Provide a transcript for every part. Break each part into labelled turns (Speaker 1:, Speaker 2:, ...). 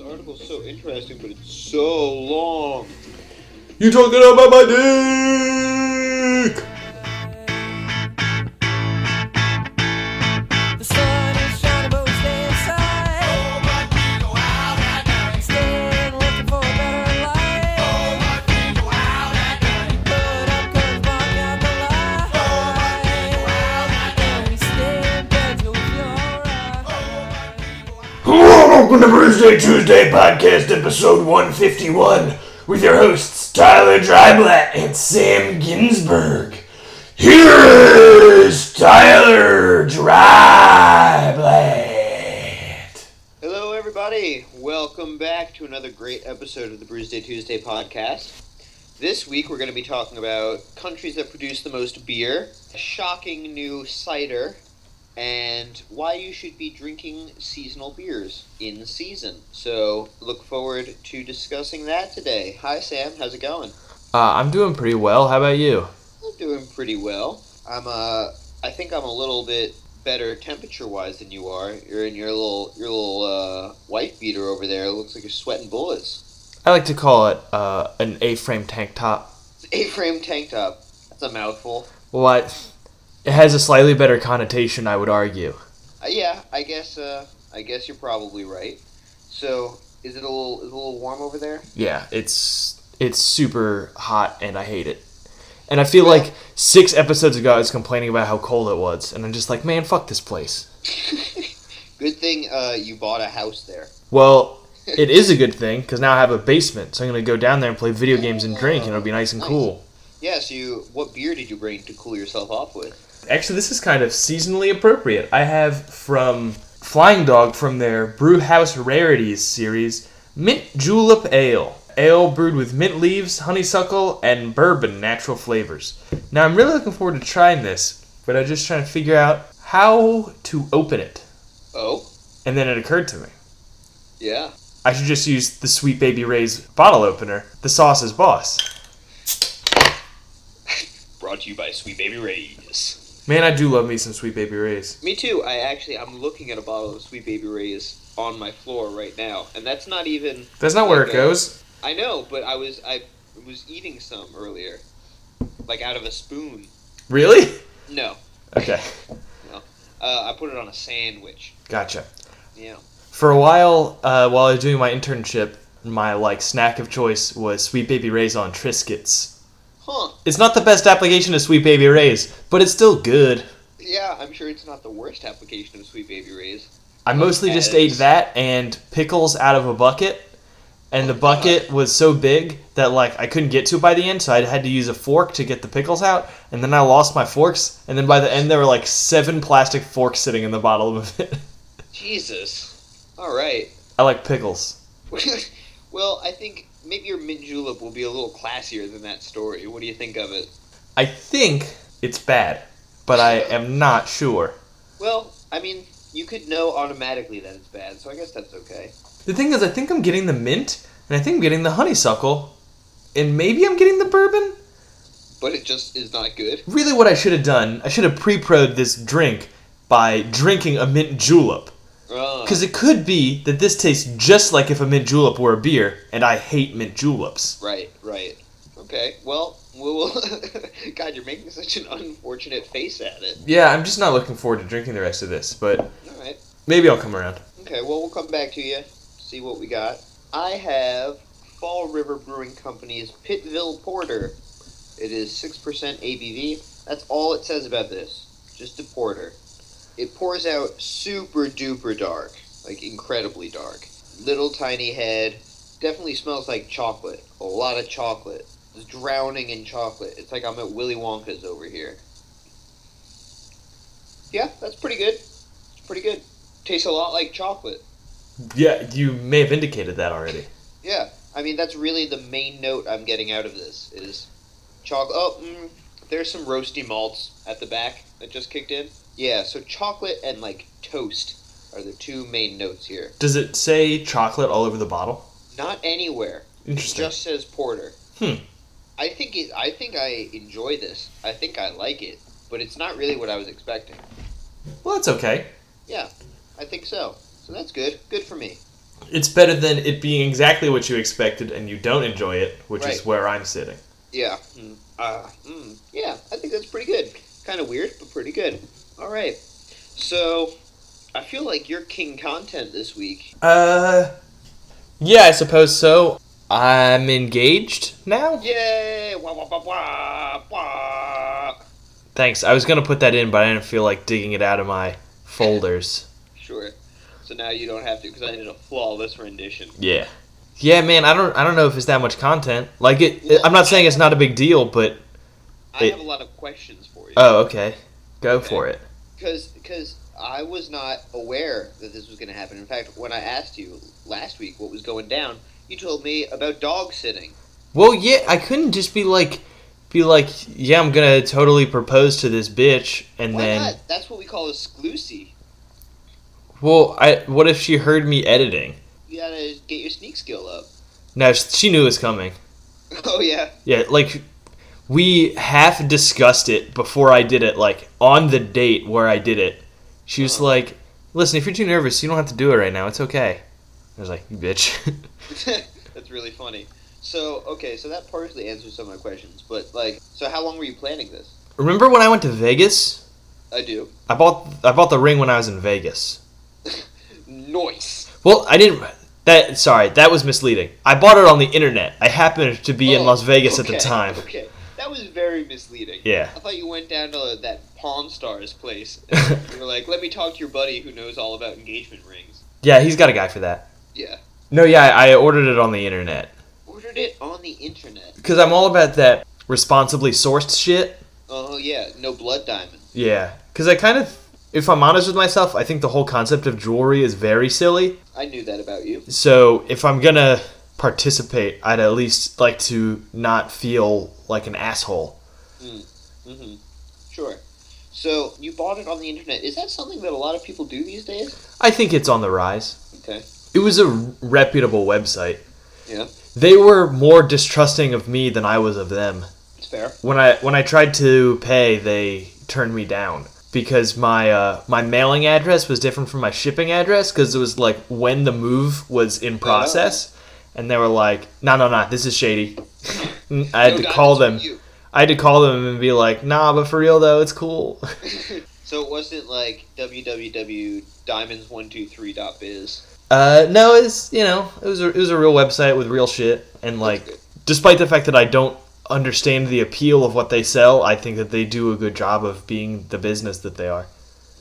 Speaker 1: article's so interesting, but it's so long.
Speaker 2: You talking about my dick?
Speaker 3: The sun is shining, but we stay inside. Oh, but we go out at night. Staying, looking for a better life. Oh, but we go out at night. Put up curtains, block out the light. Oh, but we go out at night. We stay in bed till we feel alright.
Speaker 4: Hello, welcome to Thursday Tuesday podcast episode 151 with your hosts Tyler Dryblatt and Sam Ginsburg. Here is Tyler Dryblatt.
Speaker 1: Hello, everybody. Welcome back to another great episode of the Brews Day Tuesday podcast. This week, we're going to be talking about countries that produce the most beer, a shocking new cider, and why you should be drinking seasonal beers in season. So, look forward to discussing that today. Hi, Sam. How's it going?
Speaker 5: Uh, I'm doing pretty well. How about you?
Speaker 1: I'm doing pretty well. I'm uh, I think I'm a little bit better temperature wise than you are. You're in your little your little uh, white beater over there. It looks like you're sweating bullets.
Speaker 5: I like to call it uh, an A-frame tank top.
Speaker 1: A-frame tank top. That's a mouthful.
Speaker 5: What? It has a slightly better connotation, I would argue.
Speaker 1: Uh, yeah, I guess uh, I guess you're probably right. So is it a little is it a little warm over there?
Speaker 5: Yeah, it's it's super hot, and I hate it. And I feel like six episodes ago, I was complaining about how cold it was, and I'm just like, man, fuck this place.
Speaker 1: Good thing uh, you bought a house there.
Speaker 5: Well, it is a good thing because now I have a basement, so I'm gonna go down there and play video games and drink, and it'll be nice and cool.
Speaker 1: Yeah. So you, what beer did you bring to cool yourself off with?
Speaker 5: Actually, this is kind of seasonally appropriate. I have from Flying Dog from their Brew House Rarities series, Mint Julep Ale. Ale brewed with mint leaves, honeysuckle, and bourbon natural flavors. Now, I'm really looking forward to trying this, but I'm just trying to figure out how to open it.
Speaker 1: Oh,
Speaker 5: And then it occurred to me
Speaker 1: yeah.
Speaker 5: I should just use the Sweet Baby Ray's bottle opener, the sauce is boss.
Speaker 1: Brought to you by Sweet Baby Ray's.
Speaker 5: Man, I do love me some Sweet Baby Ray's.
Speaker 1: Me too. I actually I'm looking at a bottle of Sweet Baby Ray's on my floor right now, and that's not even.
Speaker 5: That's not where it goes.
Speaker 1: I know, but I was I was eating some earlier, like out of a spoon.
Speaker 5: Really?
Speaker 1: No,
Speaker 5: Okay,
Speaker 1: uh, I put it on a sandwich.
Speaker 5: gotcha.
Speaker 1: Yeah.
Speaker 5: For a while, uh, while I was doing my internship, my like snack of choice was Sweet Baby Ray's on Triscuits.
Speaker 1: Huh.
Speaker 5: It's not the best application of Sweet Baby Ray's, but it's still good.
Speaker 1: Yeah, I'm sure it's not the worst application of Sweet Baby Ray's.
Speaker 5: I mostly just
Speaker 1: Okay.
Speaker 5: ate that and pickles out of a bucket, and the bucket was so big that like I couldn't get to it by the end, so I had to use a fork to get the pickles out, and then I lost my forks, and then by the end there were like seven plastic forks sitting in the bottom of it.
Speaker 1: Jesus. All right.
Speaker 5: I like pickles.
Speaker 1: well, I think maybe your mint julep will be a little classier than that story. What do you think of it?
Speaker 5: I think it's bad, but I am not sure.
Speaker 1: Well, I mean, you could know automatically that it's bad, so I guess that's okay.
Speaker 5: The thing is, I think I'm getting the mint, and I think I'm getting the honeysuckle, and maybe I'm getting the bourbon.
Speaker 1: But it just is not good.
Speaker 5: Really, what I should have done, I should have pre proed this drink by drinking a mint julep.
Speaker 1: Uh,
Speaker 5: Because it could be that this tastes just like if a mint julep were a beer, and I hate mint juleps.
Speaker 1: right, right. Okay, well, we'll. God, you're making such an unfortunate face at it.
Speaker 5: Yeah, I'm just not looking forward to drinking the rest of this, but
Speaker 1: All right.
Speaker 5: maybe I'll come around.
Speaker 1: Okay, well, we'll come back to you, see what we got. I have Fall River Brewing Company's Pittville Porter. It is 6% ABV. That's all it says about this. Just a porter. It pours out super duper dark, like incredibly dark. Little tiny head. Definitely smells like chocolate. A lot of chocolate. It's drowning in chocolate. It's like I'm at Willy Wonka's over here. Yeah, that's pretty good. It's pretty good. Tastes a lot like chocolate.
Speaker 5: Yeah, you may have indicated that already.
Speaker 1: Yeah, I mean that's really the main note I'm getting out of this is chocolate. Oh, mm, there's some roasty malts at the back that just kicked in. Yeah, so chocolate and like toast are the two main notes here.
Speaker 5: Does it say chocolate all over the bottle?
Speaker 1: Not anywhere. It
Speaker 5: Interesting.
Speaker 1: just says porter.
Speaker 5: Hmm.
Speaker 1: I think it, I think I enjoy this. I think I like it, but it's not really what I was expecting.
Speaker 5: Well, that's okay.
Speaker 1: Yeah, I think so. So that's good. Good for me.
Speaker 5: It's better than it being exactly what you expected and you don't enjoy it, which is
Speaker 1: Right.
Speaker 5: where I'm sitting.
Speaker 1: Yeah. Mm, uh, mm, yeah, I think that's pretty good. Kind of weird, but pretty good. All right. So, I feel like you're king content this week.
Speaker 5: Uh, yeah, I suppose so. I'm engaged now.
Speaker 1: Yay! Wah, wah, wah, wah, wah.
Speaker 5: Thanks. I was gonna put that in, but I didn't feel like digging it out of my folders.
Speaker 1: Sure. So now you don't have to because I did a flawless rendition.
Speaker 5: yeah. Yeah, man. I don't. I don't know if it's that much content. Like it. it- I'm not saying it's not a big deal, but
Speaker 1: I
Speaker 5: It-
Speaker 1: have a lot of questions for you.
Speaker 5: oh, okay. Go for it.
Speaker 1: Because because I was not aware that this was going to happen. In fact, when I asked you last week what was going down, you told me about dog sitting.
Speaker 5: Well, yeah. I couldn't just be like, be like, yeah, I'm gonna totally propose to this bitch, and
Speaker 1: Why
Speaker 5: then.
Speaker 1: not? That's what we call a sclusy.
Speaker 5: Well, I. What if she heard me editing?
Speaker 1: You gotta get your sneak skill up.
Speaker 5: No, she knew it was coming.
Speaker 1: Oh yeah,
Speaker 5: Yeah, like we half discussed it before I did it, like on the date where I did it. She was
Speaker 1: Oh.
Speaker 5: like, "Listen, if you're too nervous, you don't have to do it right now. It's okay." I was like, "You "Bitch."
Speaker 1: that's really funny. So okay, so that partially answers some of my questions, but like, so how long were you planning this?
Speaker 5: Remember when I went to Vegas?
Speaker 1: I do.
Speaker 5: I bought I bought the ring when I was in Vegas.
Speaker 1: Noise.
Speaker 5: Well, I didn't that sorry, that was misleading. I bought it on the internet. I happened to be in
Speaker 1: Oh,
Speaker 5: Las Vegas at
Speaker 1: okay,
Speaker 5: the time.
Speaker 1: Okay, that was very misleading.
Speaker 5: Yeah.
Speaker 1: I thought you went down to that Pawn Stars place. And you were like, let me talk to your buddy who knows all about engagement rings.
Speaker 5: Yeah, he's got a guy for that.
Speaker 1: Yeah.
Speaker 5: No, yeah, I, I ordered it on the internet
Speaker 1: Ordered it on the internet.
Speaker 5: cuz I'm all about that responsibly sourced shit.
Speaker 1: Oh yeah, no blood diamond.
Speaker 5: Yeah, because I kind of, if I'm honest with myself, I think the whole concept of jewelry is very silly.
Speaker 1: I knew that about you.
Speaker 5: So if I'm gonna participate, I'd at least like to not feel like an asshole.
Speaker 1: Mm-hmm. Sure. So you bought it on the internet. Is that something that a lot of people do these days?
Speaker 5: I think it's on the rise.
Speaker 1: Okay.
Speaker 5: It was a reputable website.
Speaker 1: Yeah.
Speaker 5: They were more distrusting of me than I was of them.
Speaker 1: It's fair.
Speaker 5: When I when I tried to pay, they turned me down because my uh, my mailing address was different from my shipping address because it was like when the move was in process, and they were like, "No, no, no, this is shady." I had
Speaker 1: No
Speaker 5: to call them.
Speaker 1: diamonds for
Speaker 5: I had to call them and be like, "Nah, but for real though, it's cool."
Speaker 1: you. so it wasn't like www.diamonds123.biz.
Speaker 5: Uh, no, it's you know, it was a, it was a real website with real shit, and like,
Speaker 1: good.
Speaker 5: despite the fact that I don't understand the appeal of what they sell, I think that they do a good job of being the business that they are.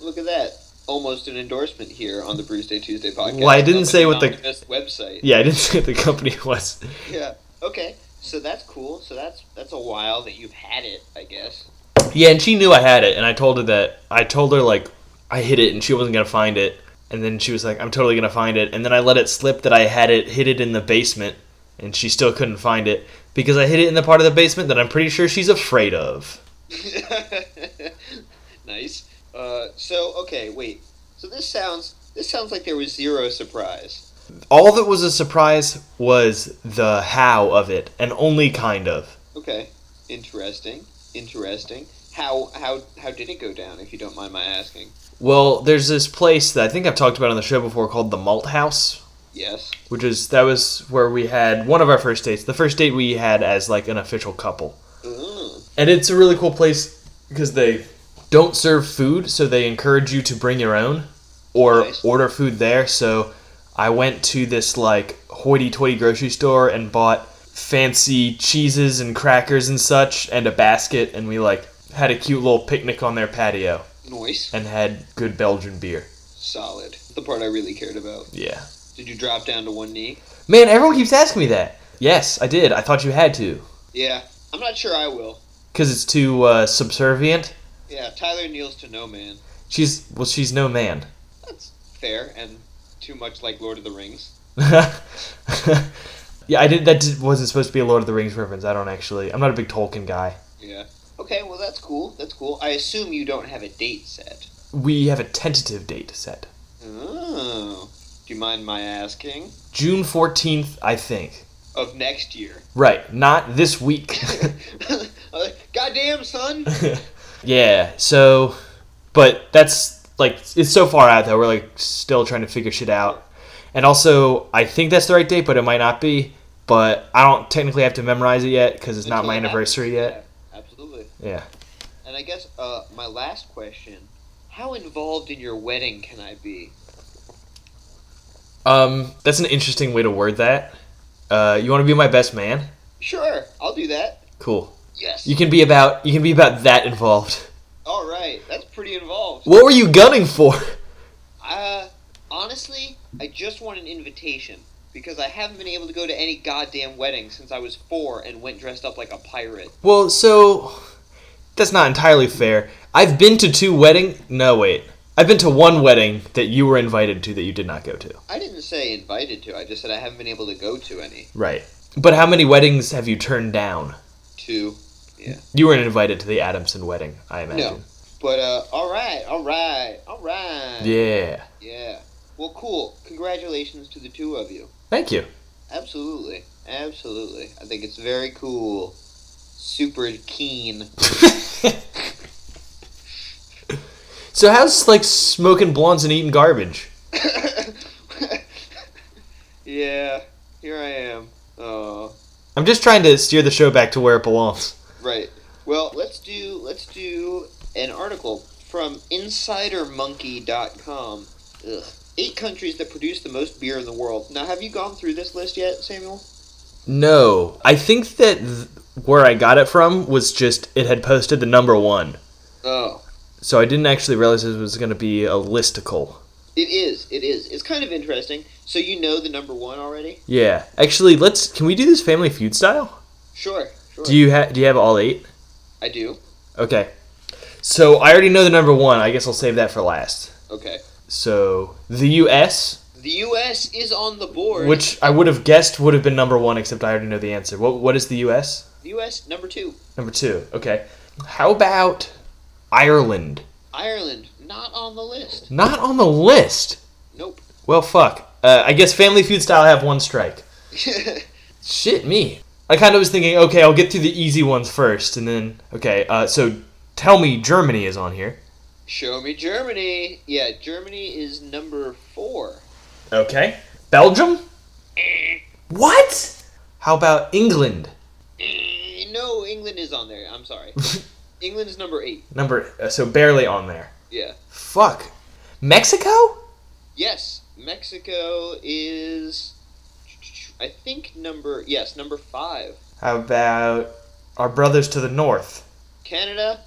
Speaker 1: Look at that. Almost an endorsement here on the Bruce Day Tuesday podcast.
Speaker 5: Well, I didn't
Speaker 1: of an
Speaker 5: say what the-
Speaker 1: anonymous website.
Speaker 5: Yeah, I didn't say what the company was.
Speaker 1: Yeah. Okay. So that's cool. So that's that's a while that you've had it, I guess.
Speaker 5: Yeah, and she knew I had it, and I told her that I told her like I hid it, and she wasn't gonna find it. And then she was like, "I'm totally gonna find it." And then I let it slip that I had it, hid it in the basement, and she still couldn't find it because I hid it in the part of the basement that I'm pretty sure she's afraid of.
Speaker 1: nice. Uh, so okay, wait. So this sounds this sounds like there was zero surprise.
Speaker 5: All that was a surprise was the how of it, and only kind of.
Speaker 1: Okay. Interesting. Interesting. How how how did it go down? If you don't mind my asking.
Speaker 5: Well, there's this place that I think I've talked about on the show before called the Malt House.
Speaker 1: Yes.
Speaker 5: which is that was where we had one of our first dates the first date we had as like an official couple
Speaker 1: Mm.
Speaker 5: and it's a really cool place because they don't serve food so they encourage you to bring your own or
Speaker 1: Nice.
Speaker 5: order food there so i went to this like hoity-toity grocery store and bought fancy cheeses and crackers and such and a basket and we like had a cute little picnic on their patio
Speaker 1: Noise.
Speaker 5: and had good belgian beer
Speaker 1: Solid. The part I really cared about.
Speaker 5: yeah
Speaker 1: Did you drop down to one knee?
Speaker 5: man everyone keeps asking me that yes i did i thought you had to
Speaker 1: Yeah. I'm not sure I will.
Speaker 5: because it's too uh, subservient.
Speaker 1: Yeah. Tyler kneels to no man.
Speaker 5: She's well, she's no man.
Speaker 1: That's fair and too much like Lord of the Rings.
Speaker 5: yeah, I did. That did, wasn't supposed to be a Lord of the Rings reference. I don't actually. I'm not a big Tolkien guy.
Speaker 1: Yeah. Okay, well that's cool. That's cool. I assume you don't have a date set.
Speaker 5: We have a tentative date set,
Speaker 1: Oh. Do you mind my asking?
Speaker 5: June 14th, I think.
Speaker 1: Of next year.
Speaker 5: Right, not this week.
Speaker 1: Uh, Goddamn, son.
Speaker 5: yeah. So, but that's like it's so far out that we're like still trying to figure shit out. And also, I think that's the right date, but it might not be. But I don't technically have to memorize it yet because it's not my anniversary yet.
Speaker 1: Absolutely.
Speaker 5: Yeah.
Speaker 1: And I guess uh, my last question: How involved in your wedding can I be?
Speaker 5: Um, that's an interesting way to word that. Uh, you want to be my best man?
Speaker 1: Sure, I'll do that.
Speaker 5: Cool.
Speaker 1: Yes.
Speaker 5: You can be about. You can be about that involved.
Speaker 1: All right, that's pretty involved.
Speaker 5: What were you gunning for?
Speaker 1: Uh, honestly, I just want an invitation because I haven't been able to go to any goddamn wedding since I was four and went dressed up like a pirate.
Speaker 5: Well, so that's not entirely fair. I've been to two wedding. No, wait. I've been to one wedding that you were invited to that you did not go to.
Speaker 1: I didn't say invited to. I just said I haven't been able to go to any.
Speaker 5: Right. But how many weddings have you turned down?
Speaker 1: To.
Speaker 5: You weren't invited to the Adamson wedding, I
Speaker 1: No.
Speaker 5: imagine.
Speaker 1: But uh, all right, all right, all right.
Speaker 5: Yeah.
Speaker 1: Yeah. Well, cool. Congratulations to the two of you.
Speaker 5: Thank you.
Speaker 1: Absolutely. Absolutely. I think it's very cool. Super keen.
Speaker 5: So how's like smoking blunts and eating garbage?
Speaker 1: yeah, here I am. Oh,
Speaker 5: I'm just trying to steer the show back to where it belongs.
Speaker 1: right. Well, let's do let's do an article from insidermonkey.com. Ugh. Eight countries that produce the most beer in the world. Now, have you gone through this list yet, Samuel?
Speaker 5: No, I think that th- where I got it from was just it had posted the number one,
Speaker 1: Oh,
Speaker 5: so I didn't actually realize it was going to be a listicle.
Speaker 1: It is. It is. It's kind of interesting. So you know the number one already?
Speaker 5: Yeah, actually, let's. Can we do this Family Feud style?
Speaker 1: Sure. Sure.
Speaker 5: Do you have Do you have all eight?
Speaker 1: I do.
Speaker 5: Okay. So I already know the number one. I guess I'll save that for last.
Speaker 1: Okay.
Speaker 5: So the U.S.,
Speaker 1: The U.S. is on the board.
Speaker 5: which I would have guessed would have been number one, except I already know the answer. What What is the U.S.
Speaker 1: The U.S. number two.
Speaker 5: number two? Okay. How about Ireland?
Speaker 1: Ireland not on the list.
Speaker 5: Not on the list.
Speaker 1: Nope.
Speaker 5: Well, fuck. Uh, I guess Family Feud style have one strike. Shit me. I kind of was thinking, okay, I'll get through the easy ones first, and then okay. Uh, so tell me, Germany is on here.
Speaker 1: Show me Germany. Yeah, Germany is number four.
Speaker 5: Okay. Belgium? What? How about England?
Speaker 1: Eh, No, England is on there. I'm sorry. England is number eight.
Speaker 5: Number uh, so barely on there.
Speaker 1: Yeah.
Speaker 5: Fuck. Mexico?
Speaker 1: Yes, Mexico is. I think number yes number five.
Speaker 5: How about our brothers to the north?
Speaker 1: Canada,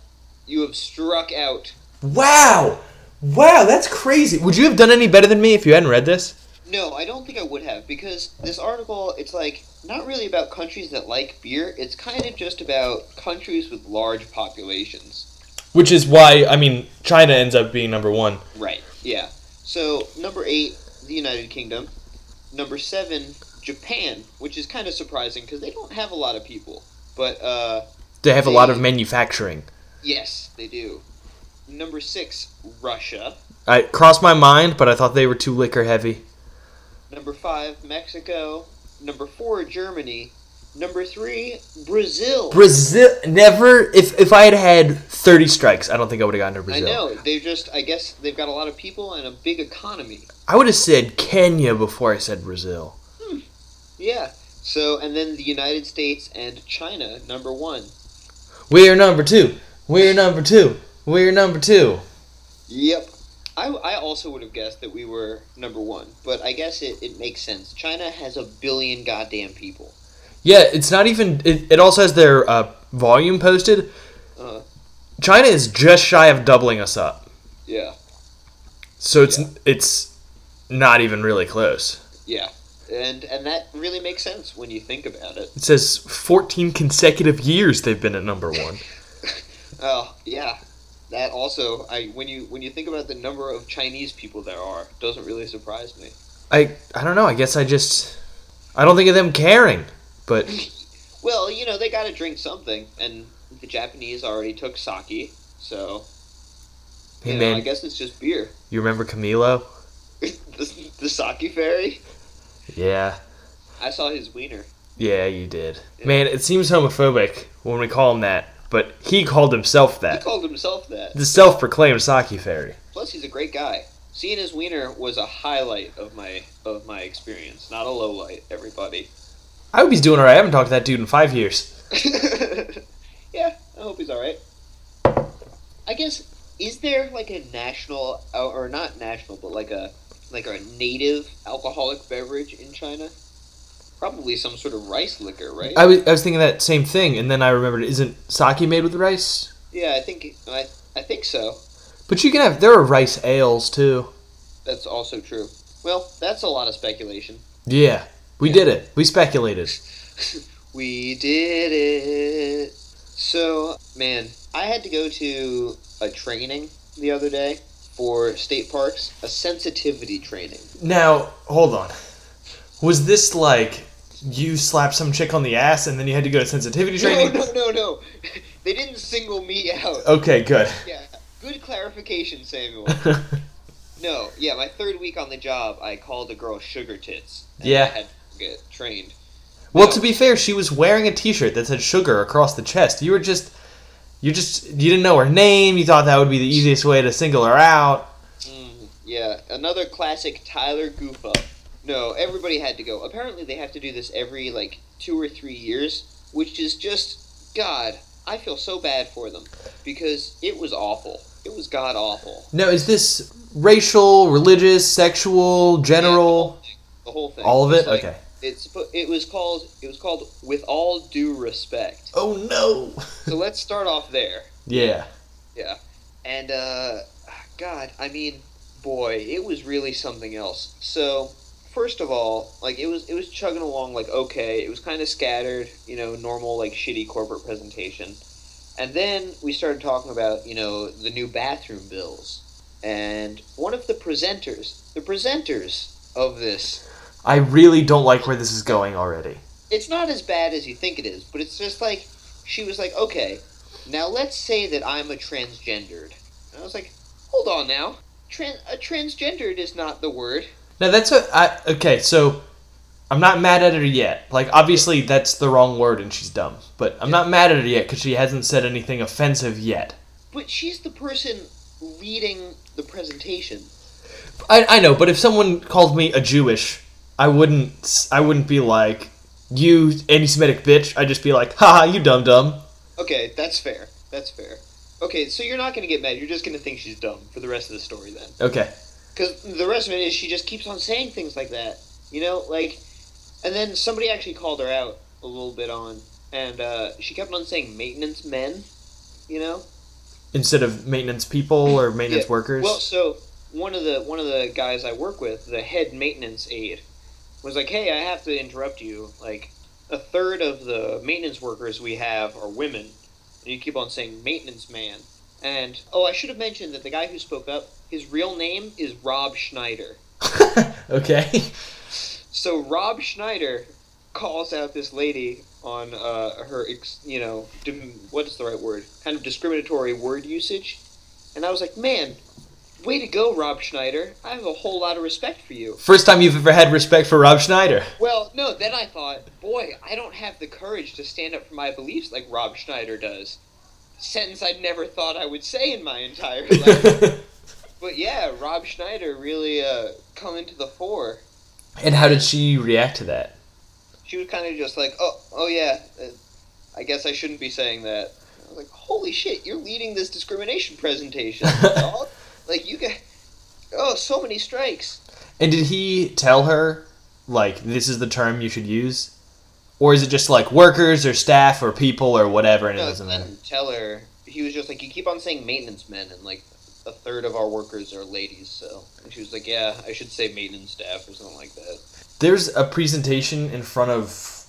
Speaker 1: you have struck out.
Speaker 5: Wow. Wow, that's crazy. Would you have done any better than me if you hadn't read this?
Speaker 1: No, I don't think I would have because this article it's like not really about countries that like beer. It's kind of just about countries with large populations.
Speaker 5: Which is why I mean China ends up being number 1.
Speaker 1: Right. Yeah. So number eight, the United Kingdom. Number seven, Japan, which is kind of surprising because they don't have a lot of people. But uh,
Speaker 5: They have a lot of manufacturing.
Speaker 1: yes, they do. Number six, Russia.
Speaker 5: I crossed my mind, but I thought they were too liquor heavy.
Speaker 1: Number five, Mexico. Number four, Germany. Number three, Brazil.
Speaker 5: Brazil never if if I had had 30 strikes, I don't think I would have gotten to
Speaker 1: I
Speaker 5: Brazil.
Speaker 1: know. They just, I guess, they've got a lot of people and a big economy.
Speaker 5: I would have said Kenya before I said Brazil.
Speaker 1: Yeah. So, and then the United States and China, number one.
Speaker 5: We're number two. We're number two. We're number two.
Speaker 1: Yep. I, I also would have guessed that we were number one, but I guess it, it makes sense. China has a billion goddamn people.
Speaker 5: Yeah, it's not even. It, it also has their uh, volume posted.
Speaker 1: Uh,
Speaker 5: China is just shy of doubling us up,
Speaker 1: yeah.
Speaker 5: so it's it's not even really close.
Speaker 1: Yeah. And, and that really makes sense when you think about it.
Speaker 5: It says 14 consecutive years they've been at number one.
Speaker 1: Oh yeah, that also. I when you when you think about the number of Chinese people there are, doesn't really surprise me.
Speaker 5: I I don't know. I guess I just I don't think of them caring. But
Speaker 1: Well, you know they got to drink something, and the Japanese already took sake, so you
Speaker 5: hey
Speaker 1: know, I
Speaker 5: man,
Speaker 1: guess it's just beer.
Speaker 5: you remember Camilo?
Speaker 1: the, the sake fairy.
Speaker 5: Yeah,
Speaker 1: I saw his wiener.
Speaker 5: Yeah, you did. Man, it seems homophobic when we call him that, but he called himself
Speaker 1: He
Speaker 5: that.
Speaker 1: called himself that.
Speaker 5: The self proclaimed Saki Fairy.
Speaker 1: Plus, he's a great guy. Seeing his wiener was a highlight of my of my experience, not a low light. Everybody.
Speaker 5: I hope he's doing alright. I haven't talked to that dude in five years.
Speaker 1: yeah, I hope he's all right. I guess is there like a national uh, or not national, but like a like a native alcoholic beverage in China? Probably some sort of rice liquor, right?
Speaker 5: I was, I was thinking that same thing, and then I remembered isn't sake made with rice?
Speaker 1: yeah, I think I I think so.
Speaker 5: But you can have, there are rice ales too.
Speaker 1: That's also true. Well, that's a lot of speculation.
Speaker 5: Yeah, we did it. We speculated.
Speaker 1: We did it. So, man, I had to go to a training the other day for state parks, a sensitivity training.
Speaker 5: Now, hold on. Was this like you slapped some chick on the ass and then you had to go to sensitivity
Speaker 1: No,
Speaker 5: training?
Speaker 1: no, no, no. They didn't single me out.
Speaker 5: Okay, good.
Speaker 1: Yeah. Good clarification, Samuel. no, yeah, my third week on the job, I called a girl sugar tits. and
Speaker 5: Yeah.
Speaker 1: I had to get trained.
Speaker 5: well,
Speaker 1: No.
Speaker 5: to be fair, she was wearing a T-shirt that said "sugar" across the chest. You were just, you just, you didn't know her name. You thought that would be the easiest way to single her out.
Speaker 1: Mm, yeah, another classic Tyler goof up. No, everybody had to go. Apparently, they have to do this every like two or three years, which is just God. I feel so bad for them because it was awful. It was god awful.
Speaker 5: No, is this racial, religious, sexual, general,
Speaker 1: The whole thing.
Speaker 5: all of it?
Speaker 1: It's like-
Speaker 5: Okay.
Speaker 1: It's suppo- it was called it was called with all due respect.
Speaker 5: Oh no.
Speaker 1: So let's start off there.
Speaker 5: Yeah.
Speaker 1: Yeah. And, uh, God, I mean, boy, it was really something else. So, first of all, like, it was, it was chugging along, like, okay. It was kind of scattered, you know, normal, like, shitty corporate presentation. And then we started talking about, you know, the new bathroom bills. And one of the presenters, the presenters of this,
Speaker 5: I really don't like where this is going already.
Speaker 1: it's not as bad as you think it is, but it's just like, she was like, okay, now let's say that I'm a transgendered. And I was like, hold on now. Tran- a transgendered is not the word.
Speaker 5: Now that's what I okay. So I'm not mad at her yet. Like obviously that's the wrong word and she's dumb, but I'm not mad at her yet because she hasn't said anything offensive yet.
Speaker 1: But she's the person leading the presentation.
Speaker 5: I, I know, but if someone called me a Jewish, I wouldn't s- I wouldn't be like you anti-Semitic bitch. I'd just be like, haha, you dumb dumb.
Speaker 1: Okay, that's fair. That's fair. Okay, so you're not going to get mad. You're just going to think she's dumb for the rest of the story then.
Speaker 5: Okay.
Speaker 1: Because the rest of it is she just keeps on saying things like that. You know, like. And then somebody actually called her out a little bit on. And uh, she kept on saying maintenance men, you know?
Speaker 5: Instead of maintenance people or maintenance
Speaker 1: Yeah.
Speaker 5: workers.
Speaker 1: Well, so one of the one of the guys I work with, the head maintenance aide, was like, "Hey, I have to interrupt you. Like, a third of the maintenance workers we have are women, and you keep on saying maintenance man." And oh, I should have mentioned that the guy who spoke up, his real name is Rob Schneider.
Speaker 5: okay.
Speaker 1: So Rob Schneider calls out this lady on uh, her, ex- you know, dim- what's the right word? Kind of discriminatory word usage. And I was like, man, way to go, Rob Schneider. I have a whole lot of respect for you.
Speaker 5: First time you've ever had respect for Rob Schneider.
Speaker 1: Well, no, then I thought, boy, I don't have the courage to stand up for my beliefs like Rob Schneider does. Sentence I'd never thought I would say in my entire life. but yeah, Rob Schneider really uh, coming to the fore.
Speaker 5: and how did she react to that?
Speaker 1: she was kind of just like, oh, oh yeah, uh, I guess I shouldn't be saying that. I was like, holy shit, you're leading this discrimination presentation. dog. like you got, oh, so many strikes.
Speaker 5: And did he tell her like this is the term you should use? Or is it just like workers or staff or people or whatever and it
Speaker 1: No,
Speaker 5: doesn't matter?
Speaker 1: didn't tell her. He was just like, you keep on saying maintenance men, and like a third of our workers are ladies. So, and she was like, yeah, I should say maintenance staff or something like that.
Speaker 5: There's a presentation in front of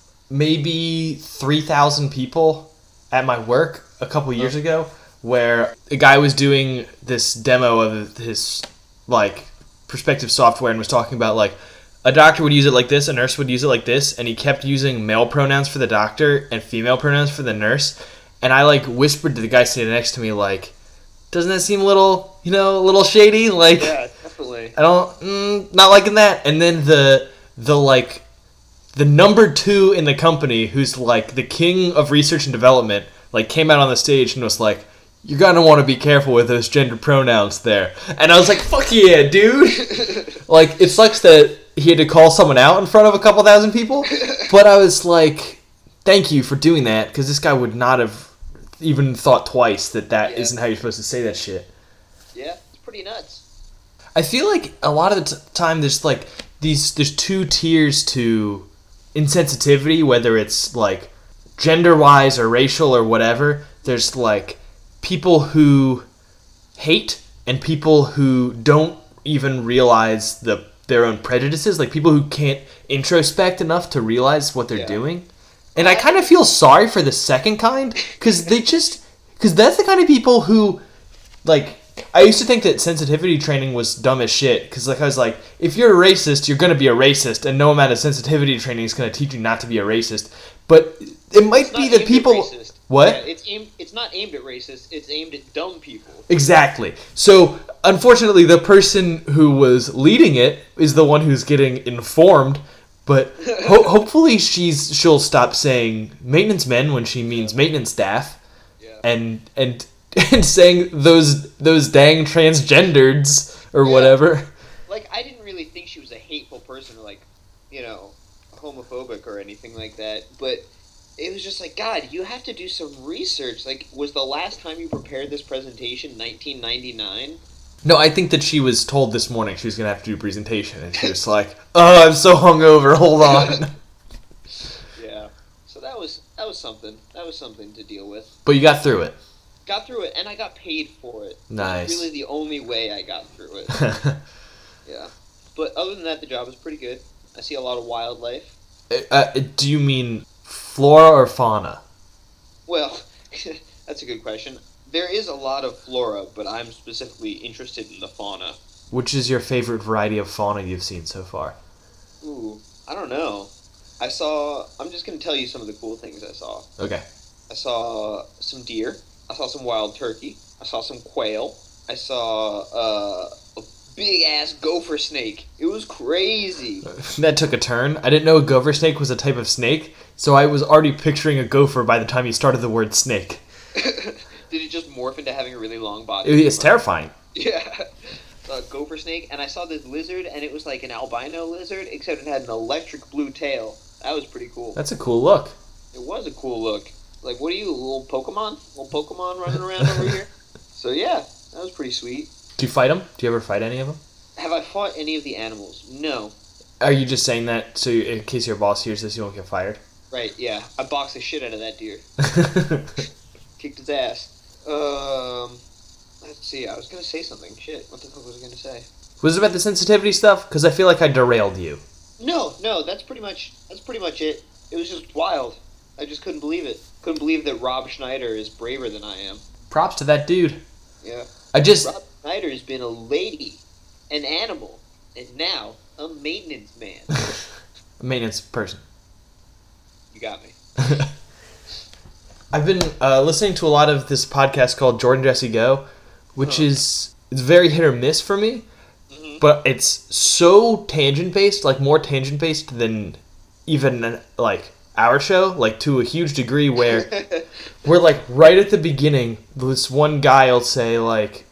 Speaker 5: maybe 3,000 people at my work a couple years ago where a guy was doing this demo of his like prospective software and was talking about like a doctor would use it like this, a nurse would use it like this, and he kept using male pronouns for the doctor and female pronouns for the nurse. And I like whispered to the guy sitting next to me like, doesn't that seem a little, you know, a little shady? Like,
Speaker 1: definitely.
Speaker 5: I don't, mm, not liking that. And then the the like the number two in the company, who's like the king of research and development, like came out on the stage and was like, you're gonna want to be careful with those gender pronouns there. And I was like, fuck yeah, dude. like, it sucks that he had to call someone out in front of a couple thousand people, but I was like, thank you for doing that because this guy would not have even thought twice that that
Speaker 1: Yeah.
Speaker 5: not how you're supposed to say that shit.
Speaker 1: Yeah, it's pretty nuts.
Speaker 5: I feel like a lot of the t- time there's like these there's two tiers to insensitivity, whether it's like gender wise or racial or whatever. There's like people who hate and people who don't even realize the their own prejudices, like people who can't introspect enough to realize what they're
Speaker 1: Yeah.
Speaker 5: doing. And I kind of feel sorry for the second kind because they just because that's the kind of people who like I used to think that sensitivity training was dumb as shit because like I was like, if you're a racist, you're gonna be a racist, and no amount of sensitivity training is gonna teach you not to be a racist. But it might
Speaker 1: It's
Speaker 5: be
Speaker 1: not aimed
Speaker 5: that
Speaker 1: at
Speaker 5: people
Speaker 1: racist.
Speaker 5: what
Speaker 1: Yeah, it's aimed. It's not aimed at racist. It's aimed at dumb people.
Speaker 5: Exactly. So, unfortunately, the person who was leading it is the one who's getting informed. But ho- hopefully, she's she'll stop saying maintenance men when she means maintenance staff,
Speaker 1: Yeah.
Speaker 5: and and and saying those those dang transgenders or
Speaker 1: Yeah.
Speaker 5: whatever.
Speaker 1: Like I didn't really think she was a hateful person or like, you know, homophobic or anything like that. But it was just like God. You have to do some research. Like, was the last time you prepared this presentation 1999?
Speaker 5: No, I think that she was told this morning she was gonna have to do a presentation, and she was like, "Oh, I'm so hungover. Hold on."
Speaker 1: Yeah. So that was that was something. That was something to deal with.
Speaker 5: but you got through it.
Speaker 1: Got through it, and I got paid for it.
Speaker 5: Nice. Uh,
Speaker 1: Really, the only way I got through it. Yeah. But other than that, the job is pretty good. I see a lot of wildlife.
Speaker 5: uh, do you mean flora or fauna?
Speaker 1: Well, that's a good question. There is a lot of flora, but I'm specifically interested in the fauna.
Speaker 5: Which is your favorite variety of fauna you've seen so far?
Speaker 1: Ooh, I don't know. I saw. I'm just gonna tell you some of the cool things I saw.
Speaker 5: Okay.
Speaker 1: I saw some deer. I saw some wild turkey. I saw some quail. I saw uh, a big ass gopher snake. It was crazy.
Speaker 5: That took a turn. I didn't know a gopher snake was a type of snake, so I was already picturing a gopher by the time you started the word snake.
Speaker 1: Did it just morph into having a really long body?
Speaker 5: It- It's terrifying.
Speaker 1: Yeah. Saw a gopher snake, and I saw this lizard, and it was like an albino lizard, except it had an electric blue tail. That was pretty cool.
Speaker 5: That's a cool look.
Speaker 1: It was a cool look. Like, what are you, a little Pokemon? little Pokemon running around over here? So, yeah, that was pretty sweet.
Speaker 5: Do you fight them? Do you ever fight any of them?
Speaker 1: Have I fought any of the animals? No.
Speaker 5: Are you just saying that so you, in case your boss hears this, you won't get fired?
Speaker 1: Right, yeah. I boxed the shit out of that deer. Kicked his ass. Um, let's see. I was gonna say something. Shit, what the fuck was I gonna say?
Speaker 5: was it about the sensitivity stuff? Because I feel like I derailed you.
Speaker 1: No, no, that's pretty much that's pretty much it. It was just wild. I just couldn't believe it. Couldn't believe that Rob Schneider is braver than I am.
Speaker 5: Props to that dude.
Speaker 1: Yeah.
Speaker 5: I just
Speaker 1: Rob Schneider has been a lady, an animal, and now a maintenance man.
Speaker 5: maintenance person.
Speaker 1: You got me.
Speaker 5: I've been uh, listening to a lot of this podcast called Jordan Jesse Go, which is it's very hit or miss for me, but it's so tangent based, like more tangent based than even like our show, like to a huge degree where we're like right at the beginning, this one guy will say like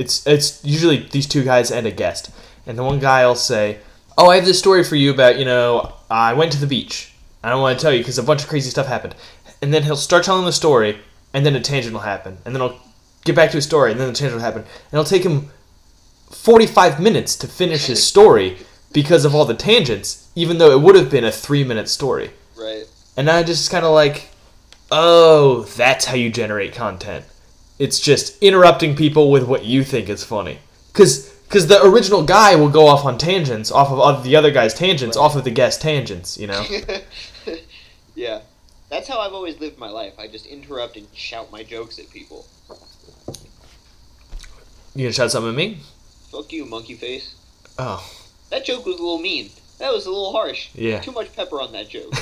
Speaker 5: it's it's usually these two guys and a guest, and the one guy will say, "Oh, I have this story for you about you know I went to the beach. I don't want to tell you because a bunch of crazy stuff happened." And then he'll start telling the story, and then a tangent will happen, and then he'll get back to his story, and then the tangent will happen, and it'll take him forty-five minutes to finish his story because of all the tangents, even though it would have been a three-minute story.
Speaker 1: Right.
Speaker 5: And I just kind of like, oh, that's how you generate content. It's just interrupting people with what you think is funny. Because cause the original guy will go off on tangents, off of, of the other guy's tangents, off of the guest tangents, you know?
Speaker 1: yeah. That's how I've always lived my life. I just interrupt and shout my jokes at people.
Speaker 5: you gonna shout something at me?
Speaker 1: Fuck you, monkey face.
Speaker 5: Oh.
Speaker 1: That joke was a little mean. That was a little harsh.
Speaker 5: Yeah.
Speaker 1: Too much pepper on that joke.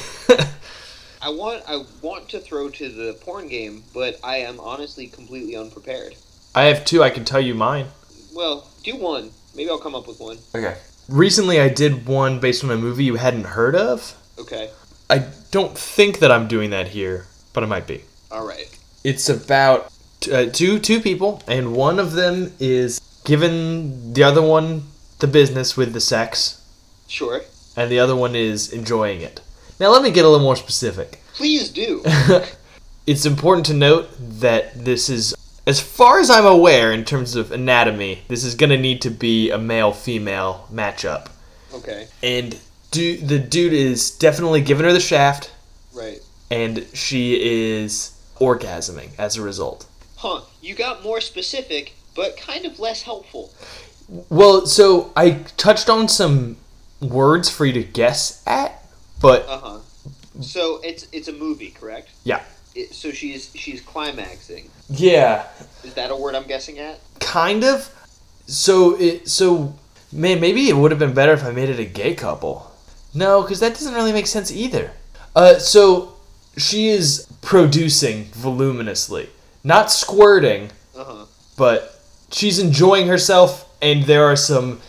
Speaker 1: I want I want to throw to the porn game, but I am honestly completely unprepared.
Speaker 5: I have two, I can tell you mine.
Speaker 1: Well, do one. Maybe I'll come up with one.
Speaker 5: Okay. Recently, I did one based on a movie you hadn't heard of.
Speaker 1: Okay.
Speaker 5: I don't think that I'm doing that here, but I might be.
Speaker 1: All right.
Speaker 5: It's about t- uh, two two people, and one of them is giving the other one the business with the sex,
Speaker 1: Sure.
Speaker 5: and the other one is enjoying it. Now let me get a little more specific.
Speaker 1: Please do.
Speaker 5: it's important to note that this is, as far as I'm aware, in terms of anatomy, this is going to need to be a male-female matchup,
Speaker 1: Okay.
Speaker 5: and du- the dude is definitely giving her the shaft,
Speaker 1: Right.
Speaker 5: and she is orgasming as a result.
Speaker 1: Huh. You got more specific, but kind of less helpful.
Speaker 5: Well, so I touched on some words for you to guess at, but
Speaker 1: Uh huh. So it's it's a movie, correct?
Speaker 5: yeah.
Speaker 1: It, so she's she's climaxing.
Speaker 5: Yeah,
Speaker 1: Is that a word I'm guessing at?
Speaker 5: kind of. So it so man, maybe it would have been better if I made it a gay couple. No, cuz that doesn't really make sense either. Uh so she is producing voluminously. Not squirting,
Speaker 1: Uh huh.
Speaker 5: but she's enjoying herself and there are some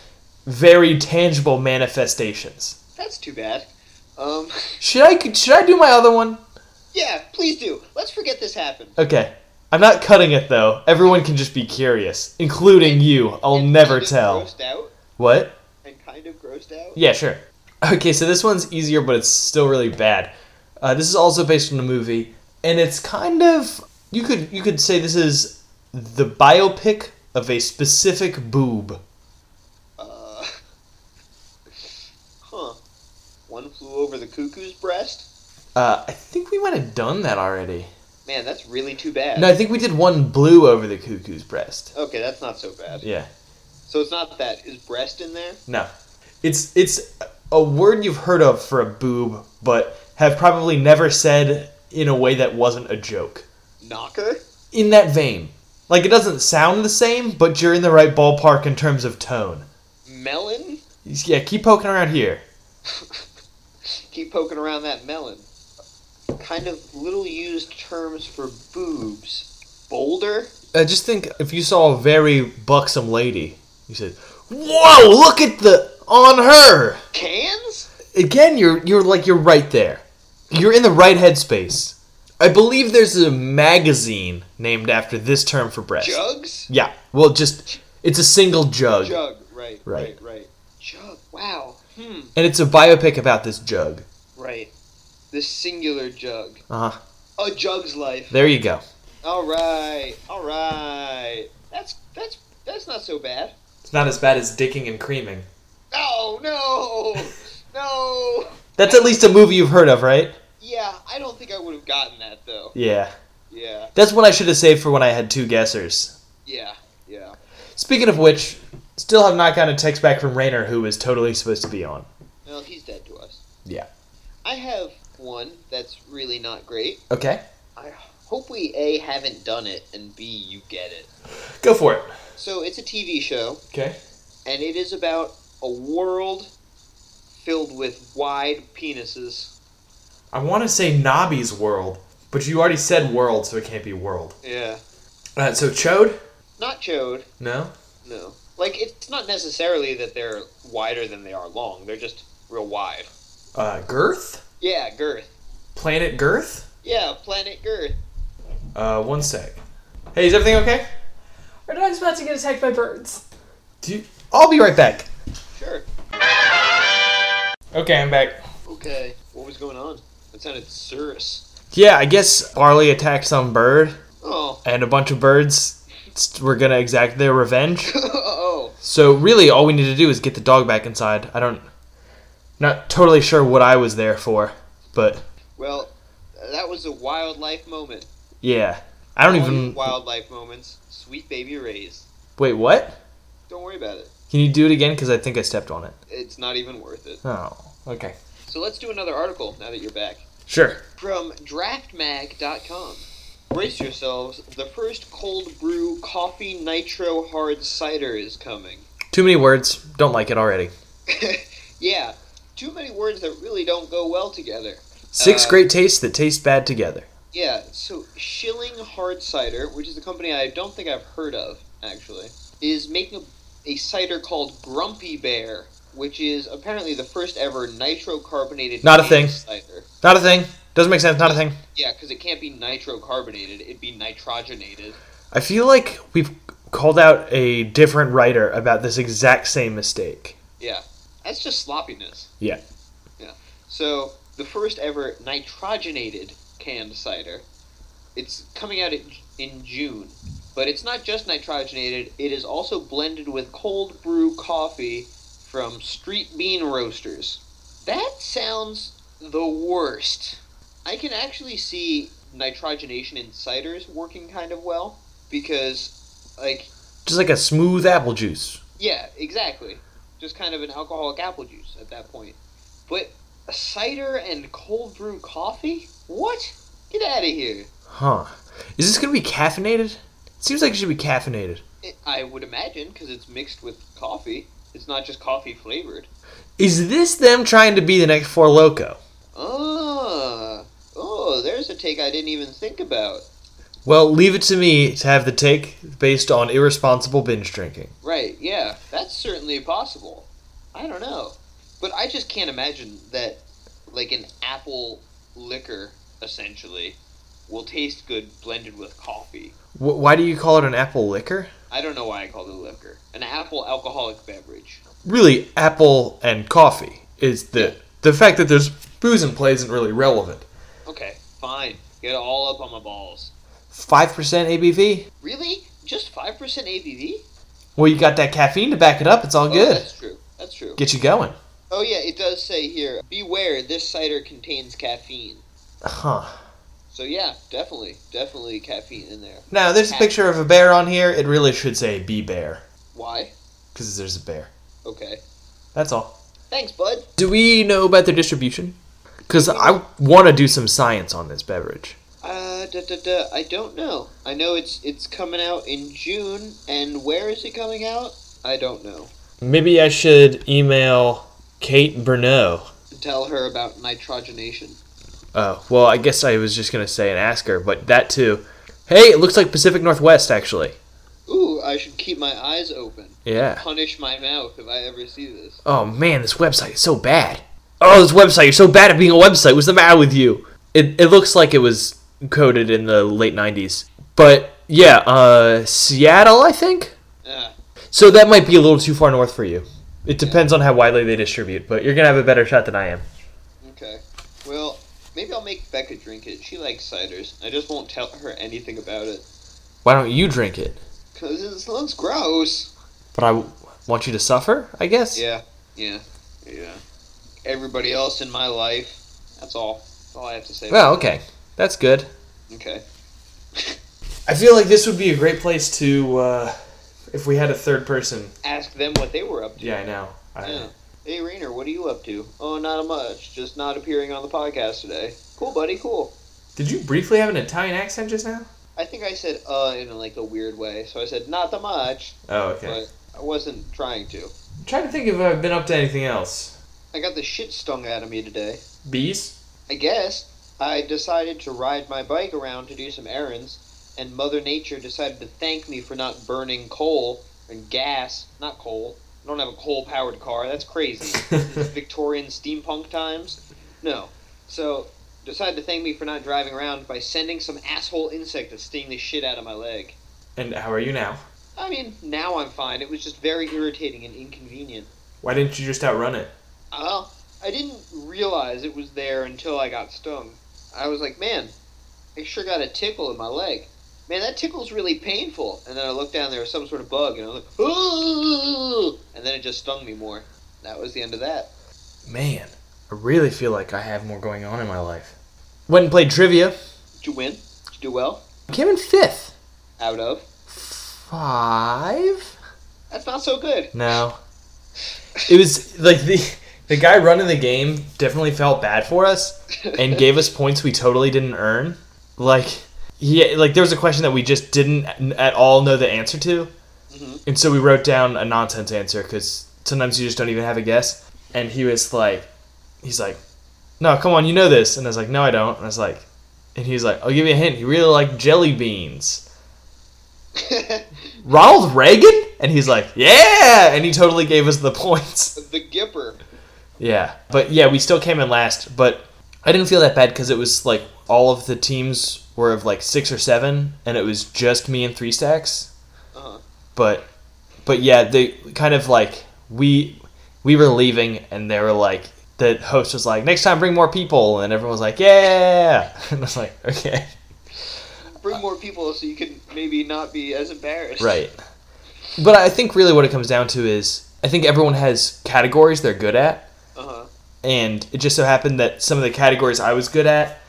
Speaker 5: very tangible manifestations.
Speaker 1: That's too bad. Um.
Speaker 5: Should I should I do my other one?
Speaker 1: Yeah. Please do. Let's forget this happened.
Speaker 5: Okay. I'm not cutting it though. Everyone can just be curious, including you. I'll
Speaker 1: And
Speaker 5: never
Speaker 1: kind of
Speaker 5: tell.
Speaker 1: Grossed out.
Speaker 5: What?
Speaker 1: And kind of grossed out.
Speaker 5: Yeah, sure. Okay, so this one's easier, but it's still really bad. Uh, this is also based on a movie, and it's kind of you could you could say this is the biopic of a specific boob.
Speaker 1: Uh. Huh. One flew over the cuckoo's breast.
Speaker 5: Uh, I think we might have done that already.
Speaker 1: Man, that's really too bad.
Speaker 5: No, I think we did one blue over the cuckoo's breast.
Speaker 1: Okay, that's not so bad.
Speaker 5: Yeah.
Speaker 1: So it's not that. Is breast in there?
Speaker 5: No. It's it's a word you've heard of for a boob, but have probably never said in a way that wasn't a joke.
Speaker 1: Knocker?
Speaker 5: In that vein. Like it doesn't sound the same, but you're in the right ballpark in terms of tone.
Speaker 1: Melon?
Speaker 5: Yeah, keep poking around here.
Speaker 1: Keep poking around that melon. Kind of little used terms for boobs. Boulder?
Speaker 5: Uh, just think if you saw a very buxom lady, you said, "Whoa, look at the on her."
Speaker 1: Cans?
Speaker 5: again you're you're like you're right there you're in the right headspace i believe there's a magazine named after this term for breast
Speaker 1: Jugs?
Speaker 5: yeah well just it's a single jug
Speaker 1: Jug, right, right,
Speaker 5: Right.
Speaker 1: right. Jug, wow. Hmm,
Speaker 5: and it's a biopic about this jug
Speaker 1: right. This singular jug.
Speaker 5: uh-huh
Speaker 1: A jug's life.
Speaker 5: there you go
Speaker 1: Alright, alright. That's, that's, that's not so bad.
Speaker 5: it's not as bad as dicking and creaming
Speaker 1: Oh, no! No!
Speaker 5: that's at least a movie you've heard of right
Speaker 1: Yeah, I don't think I would have gotten that though.
Speaker 5: yeah
Speaker 1: Yeah,
Speaker 5: that's what i should have saved for when i had two guessers
Speaker 1: yeah, yeah.
Speaker 5: speaking of which still have not gotten a text back from Rainer, who is totally supposed to be on
Speaker 1: Well, he's dead to us.
Speaker 5: Yeah.
Speaker 1: I have one that's really not great.
Speaker 5: okay
Speaker 1: I hope we A, haven't done it, and B, you get it.
Speaker 5: go for it
Speaker 1: So it's a TV show,
Speaker 5: okay
Speaker 1: and it is about a world filled with wide penises.
Speaker 5: I want to say Nobby's World, but you already said World, so it can't be World.
Speaker 1: Yeah.
Speaker 5: Uh, so Chode?
Speaker 1: Not chode,
Speaker 5: No.
Speaker 1: no. Like, it's not necessarily that they're wider than they are long, they're just real wide.
Speaker 5: Uh, girth?
Speaker 1: Yeah, girth.
Speaker 5: Planet Girth?
Speaker 1: Yeah, planet girth.
Speaker 5: Uh, one sec. Hey, is everything okay?
Speaker 6: Our dog's about to get attacked by birds.
Speaker 5: Do you... I'll be right back.
Speaker 1: Sure.
Speaker 5: Okay, I'm back.
Speaker 1: Okay. What was going on? That sounded serious.
Speaker 5: Yeah, I guess Barley attacked some bird,
Speaker 1: Oh.
Speaker 5: and a bunch of birds s- were gonna exact their revenge.
Speaker 1: oh.
Speaker 5: So really, all we need to do is get the dog back inside. I don't, not totally sure what I was there for, but
Speaker 1: Well, that was a wildlife moment.
Speaker 5: yeah, I don't
Speaker 1: All
Speaker 5: even.
Speaker 1: you wildlife moments. Sweet baby rays.
Speaker 5: Wait, what?
Speaker 1: Don't worry about it.
Speaker 5: Can you do it again? Because I think I stepped on it.
Speaker 1: It's not even worth it.
Speaker 5: Oh, okay.
Speaker 1: So let's do another article now that you're back.
Speaker 5: Sure.
Speaker 1: From draftmag.com. Brace yourselves, the first cold brew coffee nitro hard cider is coming.
Speaker 5: Too many words. Don't like it already.
Speaker 1: yeah, too many words that really don't go well together.
Speaker 5: Six
Speaker 1: Uh,
Speaker 5: great tastes that taste bad together.
Speaker 1: Yeah, so Schilling Hard Cider, which is a company I don't think I've heard of, actually, is making a, a cider called Grumpy Bear, which is apparently the first ever nitrocarbonated
Speaker 5: Not a
Speaker 1: made
Speaker 5: thing.
Speaker 1: cider.
Speaker 5: Not a thing. Doesn't make sense. Not a thing.
Speaker 1: Yeah, because it can't be nitrocarbonated; it'd be nitrogenated.
Speaker 5: I feel like we've called out a different writer about this exact same mistake.
Speaker 1: Yeah, that's just sloppiness.
Speaker 5: Yeah.
Speaker 1: Yeah. So the first ever nitrogenated canned cider, it's coming out in, in June, but it's not just nitrogenated. It is also blended with cold brew coffee from Street Bean Roasters. That sounds the worst. I can actually see nitrogenation in ciders working kind of well because, like,
Speaker 5: Just like a smooth apple juice.
Speaker 1: yeah, exactly. Just kind of an alcoholic apple juice at that point. But a cider and cold brew coffee? What? Get out of here.
Speaker 5: Huh. Is this going to be caffeinated? Seems like it should be caffeinated.
Speaker 1: It, I would imagine, because it's mixed with coffee. It's not just coffee flavored.
Speaker 5: Is this them trying to be the next Four Loco?
Speaker 1: Ah, oh, there's a take I didn't even think about.
Speaker 5: Well, leave it to me to have the take based on irresponsible binge drinking.
Speaker 1: Right, yeah, that's certainly possible. I don't know. But I just can't imagine that, like, an apple liquor, essentially, will taste good blended with coffee.
Speaker 5: Wh why do you call it an apple liquor?
Speaker 1: I don't know why I called it liquor. An apple alcoholic beverage.
Speaker 5: Really, apple and coffee is the the fact that there's booze in play isn't really relevant.
Speaker 1: Okay, fine. Get all up on my balls.
Speaker 5: Five percent ABV.
Speaker 1: Really? Just 5% ABV?
Speaker 5: Well, you got that caffeine to back it up. It's all
Speaker 1: Oh,
Speaker 5: good.
Speaker 1: that's true. That's true.
Speaker 5: Get you going.
Speaker 1: Oh, yeah, it does say here beware, this cider contains caffeine.
Speaker 5: Huh.
Speaker 1: So, yeah, definitely, definitely caffeine in there.
Speaker 5: Now, there's a picture of a bear on here. It really should say "be bear"
Speaker 1: Why?
Speaker 5: because there's a bear.
Speaker 1: Okay.
Speaker 5: That's all.
Speaker 1: Thanks, bud.
Speaker 5: Do we know about their distribution? Because I want to do some science on this beverage.
Speaker 1: Uh, da, da, da, I don't know. I know it's it's coming out in June, and where is it coming out? I don't know.
Speaker 5: Maybe I should email Kate Burneau.
Speaker 1: Tell her about nitrogenation.
Speaker 5: Oh, well, I guess I was just going to say and ask her, but that too. Hey, it looks like Pacific Northwest, actually.
Speaker 1: Ooh, I should keep my eyes open.
Speaker 5: Yeah.
Speaker 1: Punish my mouth if I ever see this.
Speaker 5: Oh, man, this website is so bad. Oh, this website, you're so bad at being a website. What's the matter with you? It, it looks like it was coded in the late 90s. But, yeah, uh, Seattle, I think?
Speaker 1: Ah,
Speaker 5: So that might be a little too far north for you. It depends on how widely they distribute, but you're going to have a better shot than I am.
Speaker 1: okay. Well, maybe I'll make Becca drink it. She likes ciders. I just won't tell her anything about it.
Speaker 5: Why don't you drink it?
Speaker 1: Cause it sounds gross.
Speaker 5: But I w- want you to suffer, I guess?
Speaker 1: Yeah, yeah, yeah. Everybody else in my life. That's all. That's all I have to say. about
Speaker 5: Well,
Speaker 1: it.
Speaker 5: okay. That's good.
Speaker 1: Okay.
Speaker 5: I feel like this would be a great place to, uh, if we had a third person.
Speaker 1: Ask them what they were up to.
Speaker 5: Yeah, I know.
Speaker 1: Yeah. Hey Rainer, what are you up to? Oh, not much. Just not appearing on the podcast today. Cool, buddy. Cool.
Speaker 5: Did you briefly have an Italian accent just now?
Speaker 1: I think I said "uh" in like a weird way, so I said "not that much,"
Speaker 5: Oh, okay.
Speaker 1: but I wasn't trying to.
Speaker 5: I'm trying to think if I've been up to anything else.
Speaker 1: I got the shit stung out of me today.
Speaker 5: Bees?
Speaker 1: I guess I decided to ride my bike around to do some errands, and Mother Nature decided to thank me for not burning coal and gas. Not coal. I don't have a coal-powered car. That's crazy. Victorian steampunk times? No. So, decided to thank me for not driving around by sending some asshole insect to sting the shit out of my leg.
Speaker 5: and how are you now?
Speaker 1: I mean, now I'm fine. It was just very irritating and inconvenient.
Speaker 5: Why didn't you just outrun it?
Speaker 1: Well, I didn't realize it was there until I got stung. I was like, man, I sure got a tickle in my leg. Man, that tickle's really painful. And then I looked down, there was some sort of bug, and I was like, ooh! And then it just stung me more. That was the end of that.
Speaker 5: Man, I really feel like I have more going on in my life. Went and played trivia.
Speaker 1: Did you win? Did you do well?
Speaker 5: Came in fifth.
Speaker 1: Out of?
Speaker 5: Five?
Speaker 1: That's not so good.
Speaker 5: No. It was like the the guy running the game definitely felt bad for us and gave us points we totally didn't earn. Like he like there was a question that we just didn't at all know the answer to,
Speaker 1: Mhm.
Speaker 5: and so we wrote down a nonsense answer because sometimes you just don't even have a guess. And he was like, he's like, no, come on, you know this, and I was like, no, I don't. And I was like, and he's like, I'll give you a hint. He really liked jelly beans. Ronald Reagan? And he's like, yeah! And he totally gave us the points.
Speaker 1: the Gipper.
Speaker 5: Yeah. But yeah, we still came in last, but I didn't feel that bad because it was like all of the teams were of like six or seven, and it was just me and Three Stacks.
Speaker 1: Uh-huh.
Speaker 5: But, but yeah, they kind of like we we were leaving, and they were like the host was like, "Next time, bring more people," and everyone was like, "Yeah," and I was like, "Okay,
Speaker 1: Bring more people so you can maybe not be as embarrassed.
Speaker 5: right." But I think really what it comes down to is I think everyone has categories they're good at,
Speaker 1: Uh huh.
Speaker 5: and it just so happened that some of the categories I was good at,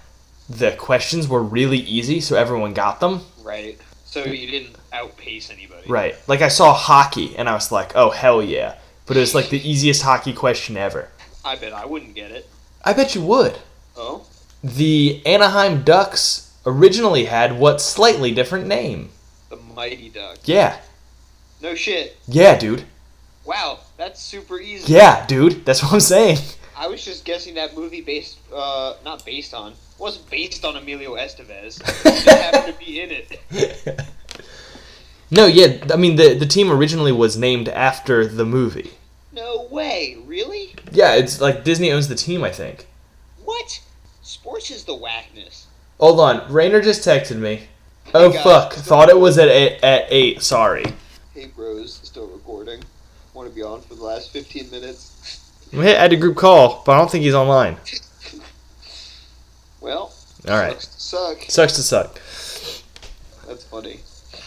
Speaker 5: the questions were really easy, so everyone got them.
Speaker 1: Right. So you didn't outpace anybody.
Speaker 5: Right. Like I saw hockey, and I was like, "Oh hell yeah!" But it was like the easiest hockey question ever.
Speaker 1: I bet I wouldn't get it.
Speaker 5: I bet you would.
Speaker 1: Oh.
Speaker 5: The Anaheim Ducks originally had what slightly different name.
Speaker 1: The Mighty Duck.
Speaker 5: Yeah.
Speaker 1: No shit.
Speaker 5: Yeah, dude.
Speaker 1: Wow, that's super easy.
Speaker 5: Yeah, dude. That's what I'm saying.
Speaker 1: I was just guessing that movie based, uh, not based on, wasn't based on Emilio Estevez. It happened to be in it.
Speaker 5: No, yeah. I mean, the the team originally was named after the movie.
Speaker 1: No way, really?
Speaker 5: Yeah, it's like Disney owns the team, I think.
Speaker 1: What? Sports is the whackness.
Speaker 5: Hold on, Rainer just texted me. Oh
Speaker 1: Hey, guys.
Speaker 5: fuck! Thought it was at eight, at eight. Sorry.
Speaker 1: Hey, bros, still recording. Want to be on for the last 15 minutes?
Speaker 5: I had a group call, but I don't think he's online.
Speaker 1: Well,
Speaker 5: All right.
Speaker 1: sucks to suck.
Speaker 5: Sucks to suck.
Speaker 1: That's funny.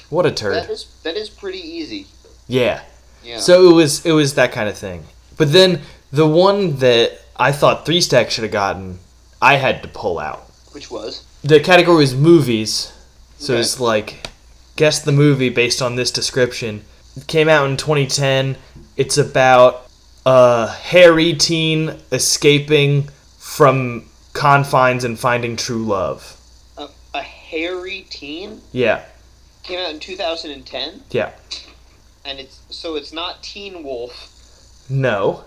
Speaker 5: What a
Speaker 1: That
Speaker 5: turd.
Speaker 1: is that is pretty easy.
Speaker 5: Yeah.
Speaker 1: Yeah.
Speaker 5: So it was it was that kind of thing. But then the one that I thought Three Stack should have gotten, I had to pull out.
Speaker 1: which was
Speaker 5: The category was movies, so
Speaker 1: Okay.
Speaker 5: it's like guess the movie based on this description. It came out in 2010. It's about a hairy teen escaping from confines and finding true love.
Speaker 1: a, a hairy teen
Speaker 5: Yeah,
Speaker 1: came out in 2010,
Speaker 5: yeah.
Speaker 1: and it's so it's not Teen Wolf,
Speaker 5: No,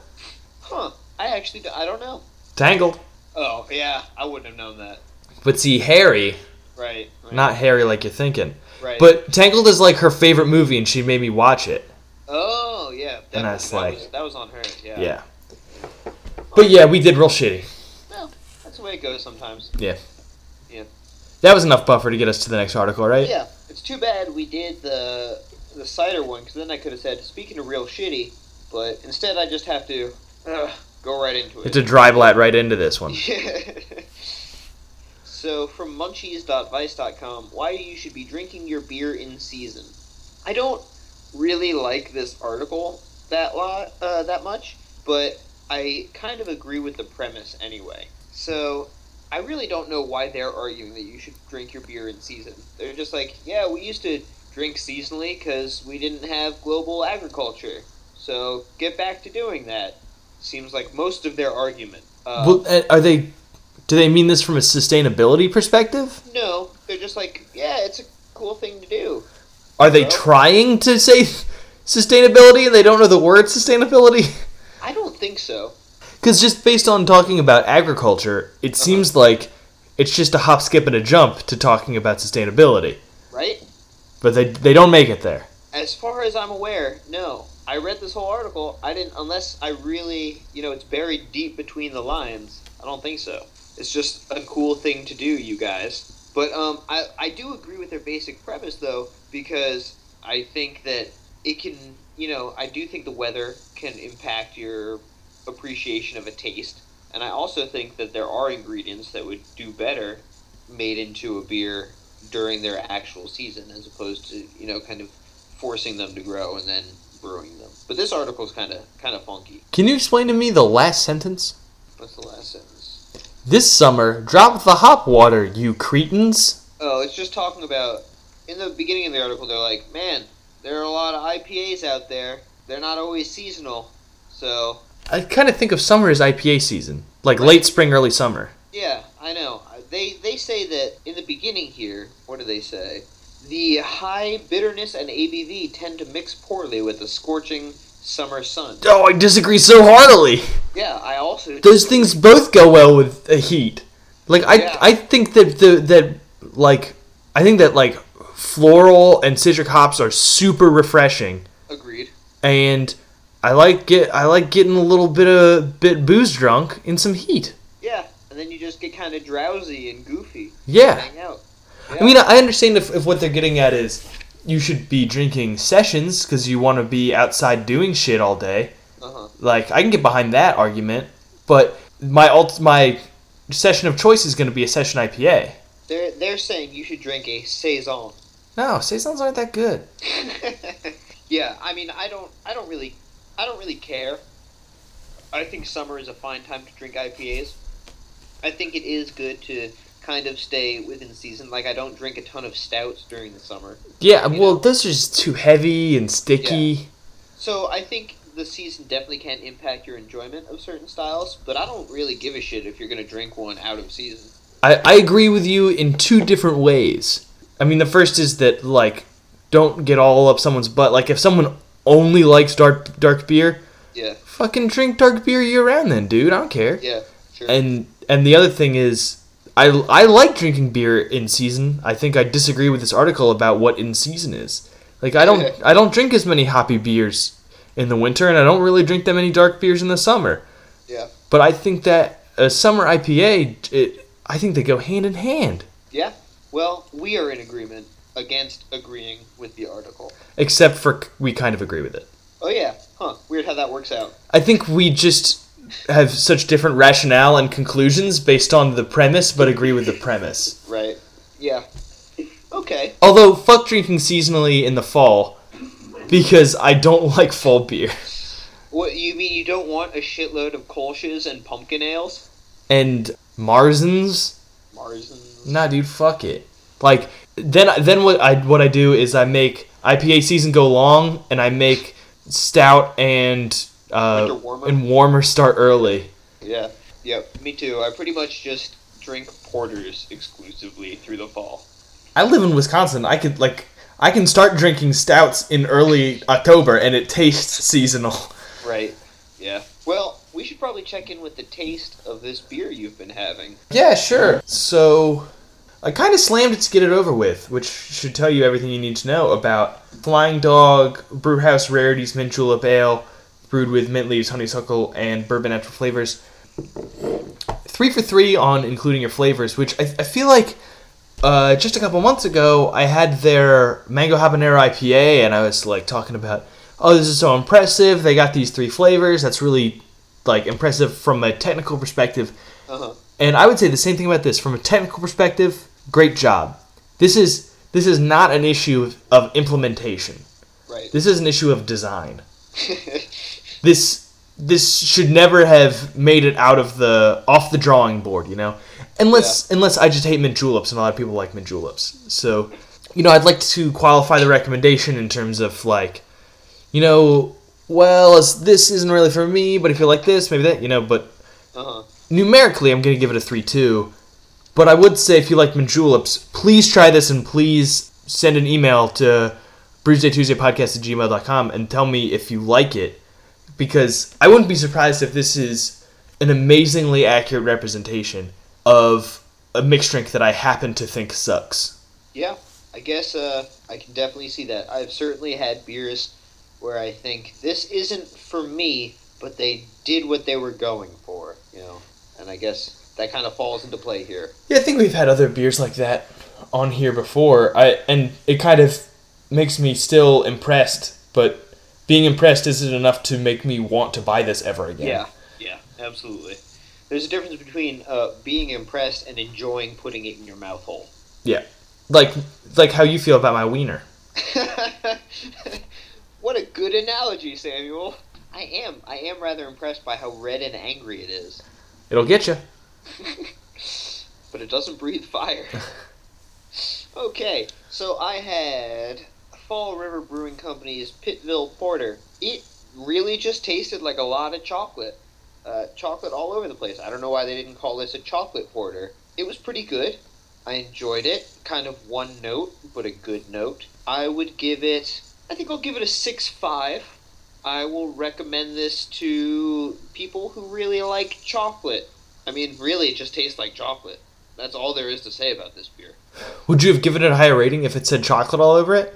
Speaker 1: huh? I actually d- I don't know.
Speaker 5: Tangled.
Speaker 1: Oh yeah, I wouldn't have known that.
Speaker 5: But see, hairy,
Speaker 1: Right. right,
Speaker 5: not hairy like you're thinking.
Speaker 1: right.
Speaker 5: But Tangled is like her favorite movie, and she made me watch it.
Speaker 1: oh yeah, that,
Speaker 5: And I
Speaker 1: was-
Speaker 5: was
Speaker 1: that
Speaker 5: like-
Speaker 1: was, that was on her. Yeah.
Speaker 5: Yeah. But yeah, we did real shitty.
Speaker 1: No, that's the way it goes sometimes.
Speaker 5: Yeah.
Speaker 1: Yeah.
Speaker 5: That was enough buffer to get us to the next article, right?
Speaker 1: Yeah, it's too bad we did the the cider one because then I could have said speaking of real shitty, but instead I just have to uh, go right into it.
Speaker 5: It's a dry blat right into this one.
Speaker 1: so from munchies.vice.com why you should be drinking your beer in season i don't really like this article that lot uh, that much but i kind of agree with the premise anyway so i really don't know why they're arguing that you should drink your beer in season they're just like yeah we used to drink seasonally because we didn't have global agriculture so get back to doing that seems like most of their argument uh,
Speaker 5: Well, uh, are they? Do they mean this from a sustainability perspective?
Speaker 1: No, they're just like, yeah, it's a cool thing to do.
Speaker 5: Are they
Speaker 1: No.
Speaker 5: trying to say sustainability and they don't know the word sustainability?
Speaker 1: I don't think so.
Speaker 5: Because just based on talking about agriculture, it
Speaker 1: Uh-huh.
Speaker 5: seems like it's just a hop, skip, and a jump to talking about sustainability.
Speaker 1: Right?
Speaker 5: But they they don't make it there.
Speaker 1: As far as I'm aware, no. I read this whole article. I didn't, unless I really, you know, it's buried deep between the lines. I don't think so. It's just a cool thing to do, you guys. But um, I, I do agree with their basic premise, though, because I think that it can, you know, I do think the weather can impact your appreciation of a taste. And I also think that there are ingredients that would do better made into a beer during their actual season as opposed to, you know, kind of forcing them to grow and then brewing them. But this article's kind of kind of funky.
Speaker 5: Can you explain to me the last sentence?
Speaker 1: What's the last sentence?
Speaker 5: This summer, drop the hop water, you cretins.
Speaker 1: Oh, it's just talking about in the beginning of the article they're like, "Man, there are a lot of IPAs out there. They're not always seasonal." So,
Speaker 5: I kind of think of summer as IPA season, like late spring, early summer.
Speaker 1: yeah, I know. They they say that in the beginning here, what do they say? The high bitterness and ABV tend to mix poorly with the scorching summer sun.
Speaker 5: Oh, I disagree so heartily.
Speaker 1: Yeah, I also
Speaker 5: Those things both go well with the heat. Like I,
Speaker 1: Yeah.
Speaker 5: I think that the that like I think that like floral and citric hops are super refreshing,
Speaker 1: agreed.
Speaker 5: and I like get I like getting a little bit of bit booze drunk in some heat.
Speaker 1: Yeah, and then you just get kind of drowsy and goofy.
Speaker 5: Yeah.
Speaker 1: Hang out.
Speaker 5: I mean, I understand if, if what they're getting at is you should be drinking sessions because you want to be outside doing shit all day.
Speaker 1: Uh-huh.
Speaker 5: Like, I can get behind that argument, but my alt my session of choice is going to be a session IPA.
Speaker 1: They're they're saying you should drink a saison.
Speaker 5: No, saisons aren't that good.
Speaker 1: yeah, I mean, I don't, I don't really, I don't really care. I think summer is a fine time to drink IPAs. I think it is good to kind of stay within season. Like I don't drink a ton of stouts during the summer,
Speaker 5: Yeah,
Speaker 1: You
Speaker 5: well,
Speaker 1: know.
Speaker 5: those are just too heavy and sticky.
Speaker 1: so I think the season definitely can impact your enjoyment of certain styles. But I don't really give a shit if you're gonna drink one out of season.
Speaker 5: I, I agree with you in two different ways. I mean, the first is that like don't get all up someone's butt. Like if someone only likes dark dark beer,
Speaker 1: Yeah,
Speaker 5: fucking drink dark beer year round then, dude. I don't care.
Speaker 1: yeah, sure.
Speaker 5: And and the other thing is I I like drinking beer in season. I think I disagree with this article about what in season is. Like I don't I don't drink as many hoppy beers in the winter and I don't really drink that many dark beers in the summer.
Speaker 1: yeah,
Speaker 5: But I think that a summer IPA it, I think they go hand in hand.
Speaker 1: yeah. Well, we are in agreement against agreeing with the article.
Speaker 5: except for c- we kind of agree with it.
Speaker 1: Oh yeah, huh? Weird how that works out.
Speaker 5: I think we just have such different rationale and conclusions based on the premise, but agree with the premise.
Speaker 1: Right. Yeah. Okay.
Speaker 5: Although, fuck drinking seasonally in the fall because I don't like fall beer.
Speaker 1: What you mean? You don't want a shitload of Kolsch's and pumpkin ales?
Speaker 5: And Marzens?
Speaker 1: Marzens.
Speaker 5: Nah, dude, fuck it. Like, then then what I what I do is I make IPA season go long and I make stout and uh,
Speaker 1: Winter warmer?
Speaker 5: and warmer start early.
Speaker 1: Yeah. Yep. Me too. I pretty much just drink porters exclusively through the fall.
Speaker 5: I live in Wisconsin. I could like I can start drinking stouts in early October and it tastes seasonal.
Speaker 1: Right. Yeah. Well, we should probably check in with the taste of this beer you've been having.
Speaker 5: Yeah, sure. So I kind of slammed it to get it over with, which should tell you everything you need to know about Flying Dog, Brewhouse Rarities Mint Julep Ale, brewed with mint leaves, honeysuckle, and bourbon natural flavors. Three for three on including your flavors, which I, I feel like uh, just a couple months ago I had their Mango Habanero IPA, and I was like talking about, oh, this is so impressive. They got these three flavors. That's really like impressive from a technical perspective.
Speaker 1: Uh huh.
Speaker 5: And I would say the same thing about this from a technical perspective. Great job. This is this is not an issue of, of implementation.
Speaker 1: Right.
Speaker 5: This is an issue of design. This this should never have made it out of the off the drawing board, you know. Unless unless I just hate mint juleps, and a lot of people like mint juleps. So, you know, I'd like to qualify the recommendation in terms of like, you know, well, it's, this isn't really for me, but if you like this, maybe that, you know. But
Speaker 1: uh huh.
Speaker 5: numerically, I'm going to give it a 3 2. But I would say if you like Manjulips, please try this and please send an email to brewsdaytuesdaypodcast at gmail.com and tell me if you like it. Because I wouldn't be surprised if this is an amazingly accurate representation of a mixed drink that I happen to think sucks.
Speaker 1: Yeah, I guess uh, I can definitely see that. I've certainly had beers where I think this isn't for me, but they did what they were going for, you know. And I guess that kind of falls into play here.
Speaker 5: Yeah, I think we've had other beers like that on here before. I and it kind of makes me still impressed, but being impressed isn't enough to make me want to buy this ever again.
Speaker 1: yeah, absolutely. There's a difference between uh, being impressed and enjoying putting it in your mouth hole.
Speaker 5: Yeah. Like like how you feel about my wiener.
Speaker 1: what a good analogy, Samuel. I am. I am rather impressed by how red and angry it is,
Speaker 5: It'll get you.
Speaker 1: but it doesn't breathe fire. Okay, so I had Fall River Brewing Company's Pittville Porter. It really just tasted like a lot of chocolate. Uh, chocolate all over the place. I don't know why they didn't call this a chocolate porter. It was pretty good. I enjoyed it. Kind of one note, but a good note. I would give it, I think I'll give it a 6 5. I will recommend this to people who really like chocolate. I mean, really, it just tastes like chocolate. That's all there is to say about this beer.
Speaker 5: Would you have given it a higher rating if it said chocolate all over it?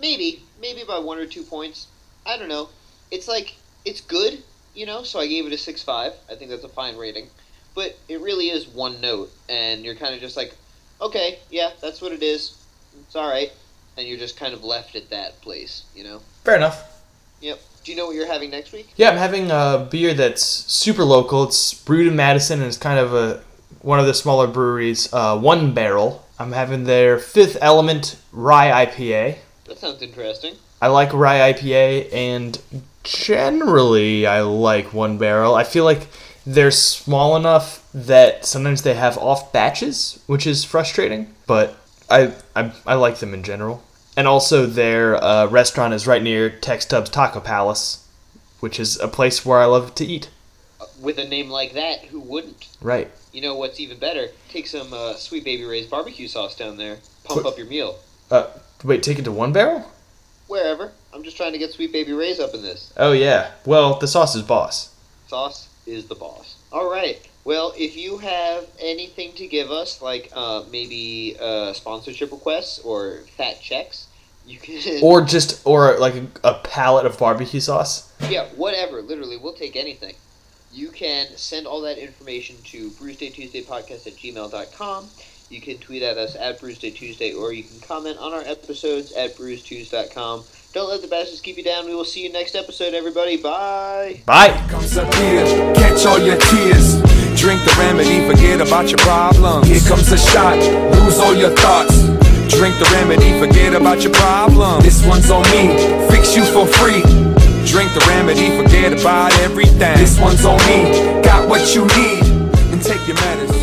Speaker 1: maybe maybe by one or two points i don't know it's like it's good you know so i gave it a 6-5 i think that's a fine rating but it really is one note and you're kind of just like okay, yeah, that's what it is. It's all right. And you're just kind of left at that place, you know?
Speaker 5: Fair enough.
Speaker 1: Yep. Do you know what you're having next week?
Speaker 5: Yeah, I'm having a beer that's super local. It's brewed in Madison and it's kind of a one of the smaller breweries, uh, One Barrel. I'm having their Fifth Element Rye IPA.
Speaker 1: That sounds interesting.
Speaker 5: I like rye IPA, and generally I like one barrel. I feel like they're small enough that sometimes they have off batches, which is frustrating. But I I, I like them in general. And also their uh, restaurant is right near Tex Tubbs Taco Palace, which is a place where I love to eat.
Speaker 1: Uh, With a name like that, who wouldn't?
Speaker 5: Right.
Speaker 1: You know what's even better? Take some uh, Sweet Baby Ray's barbecue sauce down there. Pump
Speaker 5: Put-
Speaker 1: up your meal.
Speaker 5: Uh, wait, take it to one barrel?
Speaker 1: Wherever. I'm just trying to get Sweet Baby Ray's up in this.
Speaker 5: Oh yeah. Well, the sauce is boss.
Speaker 1: Sauce is the boss. All right. Well, if you have anything to give us, like uh, maybe uh, sponsorship requests or fat checks, you can.
Speaker 5: Or just or like a, a pallet of barbecue sauce.
Speaker 1: Yeah, whatever. Literally, we'll take anything. You can send all that information to BruceDayTuesdayPodcast at gmail.com. You can tweet at us at BruceDayTuesday, or you can comment on our episodes at BruceTuesday.com. Don't let the bastards keep you down. We will see you next episode, everybody. Bye.
Speaker 5: Bye.
Speaker 7: comes a beer, catch all your tears. Drink the remedy, forget about your problems. Here comes a shot, lose all your thoughts. Drink the remedy, forget about your problems. This one's on me, fix you for free. Drink the remedy, forget about everything. This one's on me, got what you need, and take your medicine.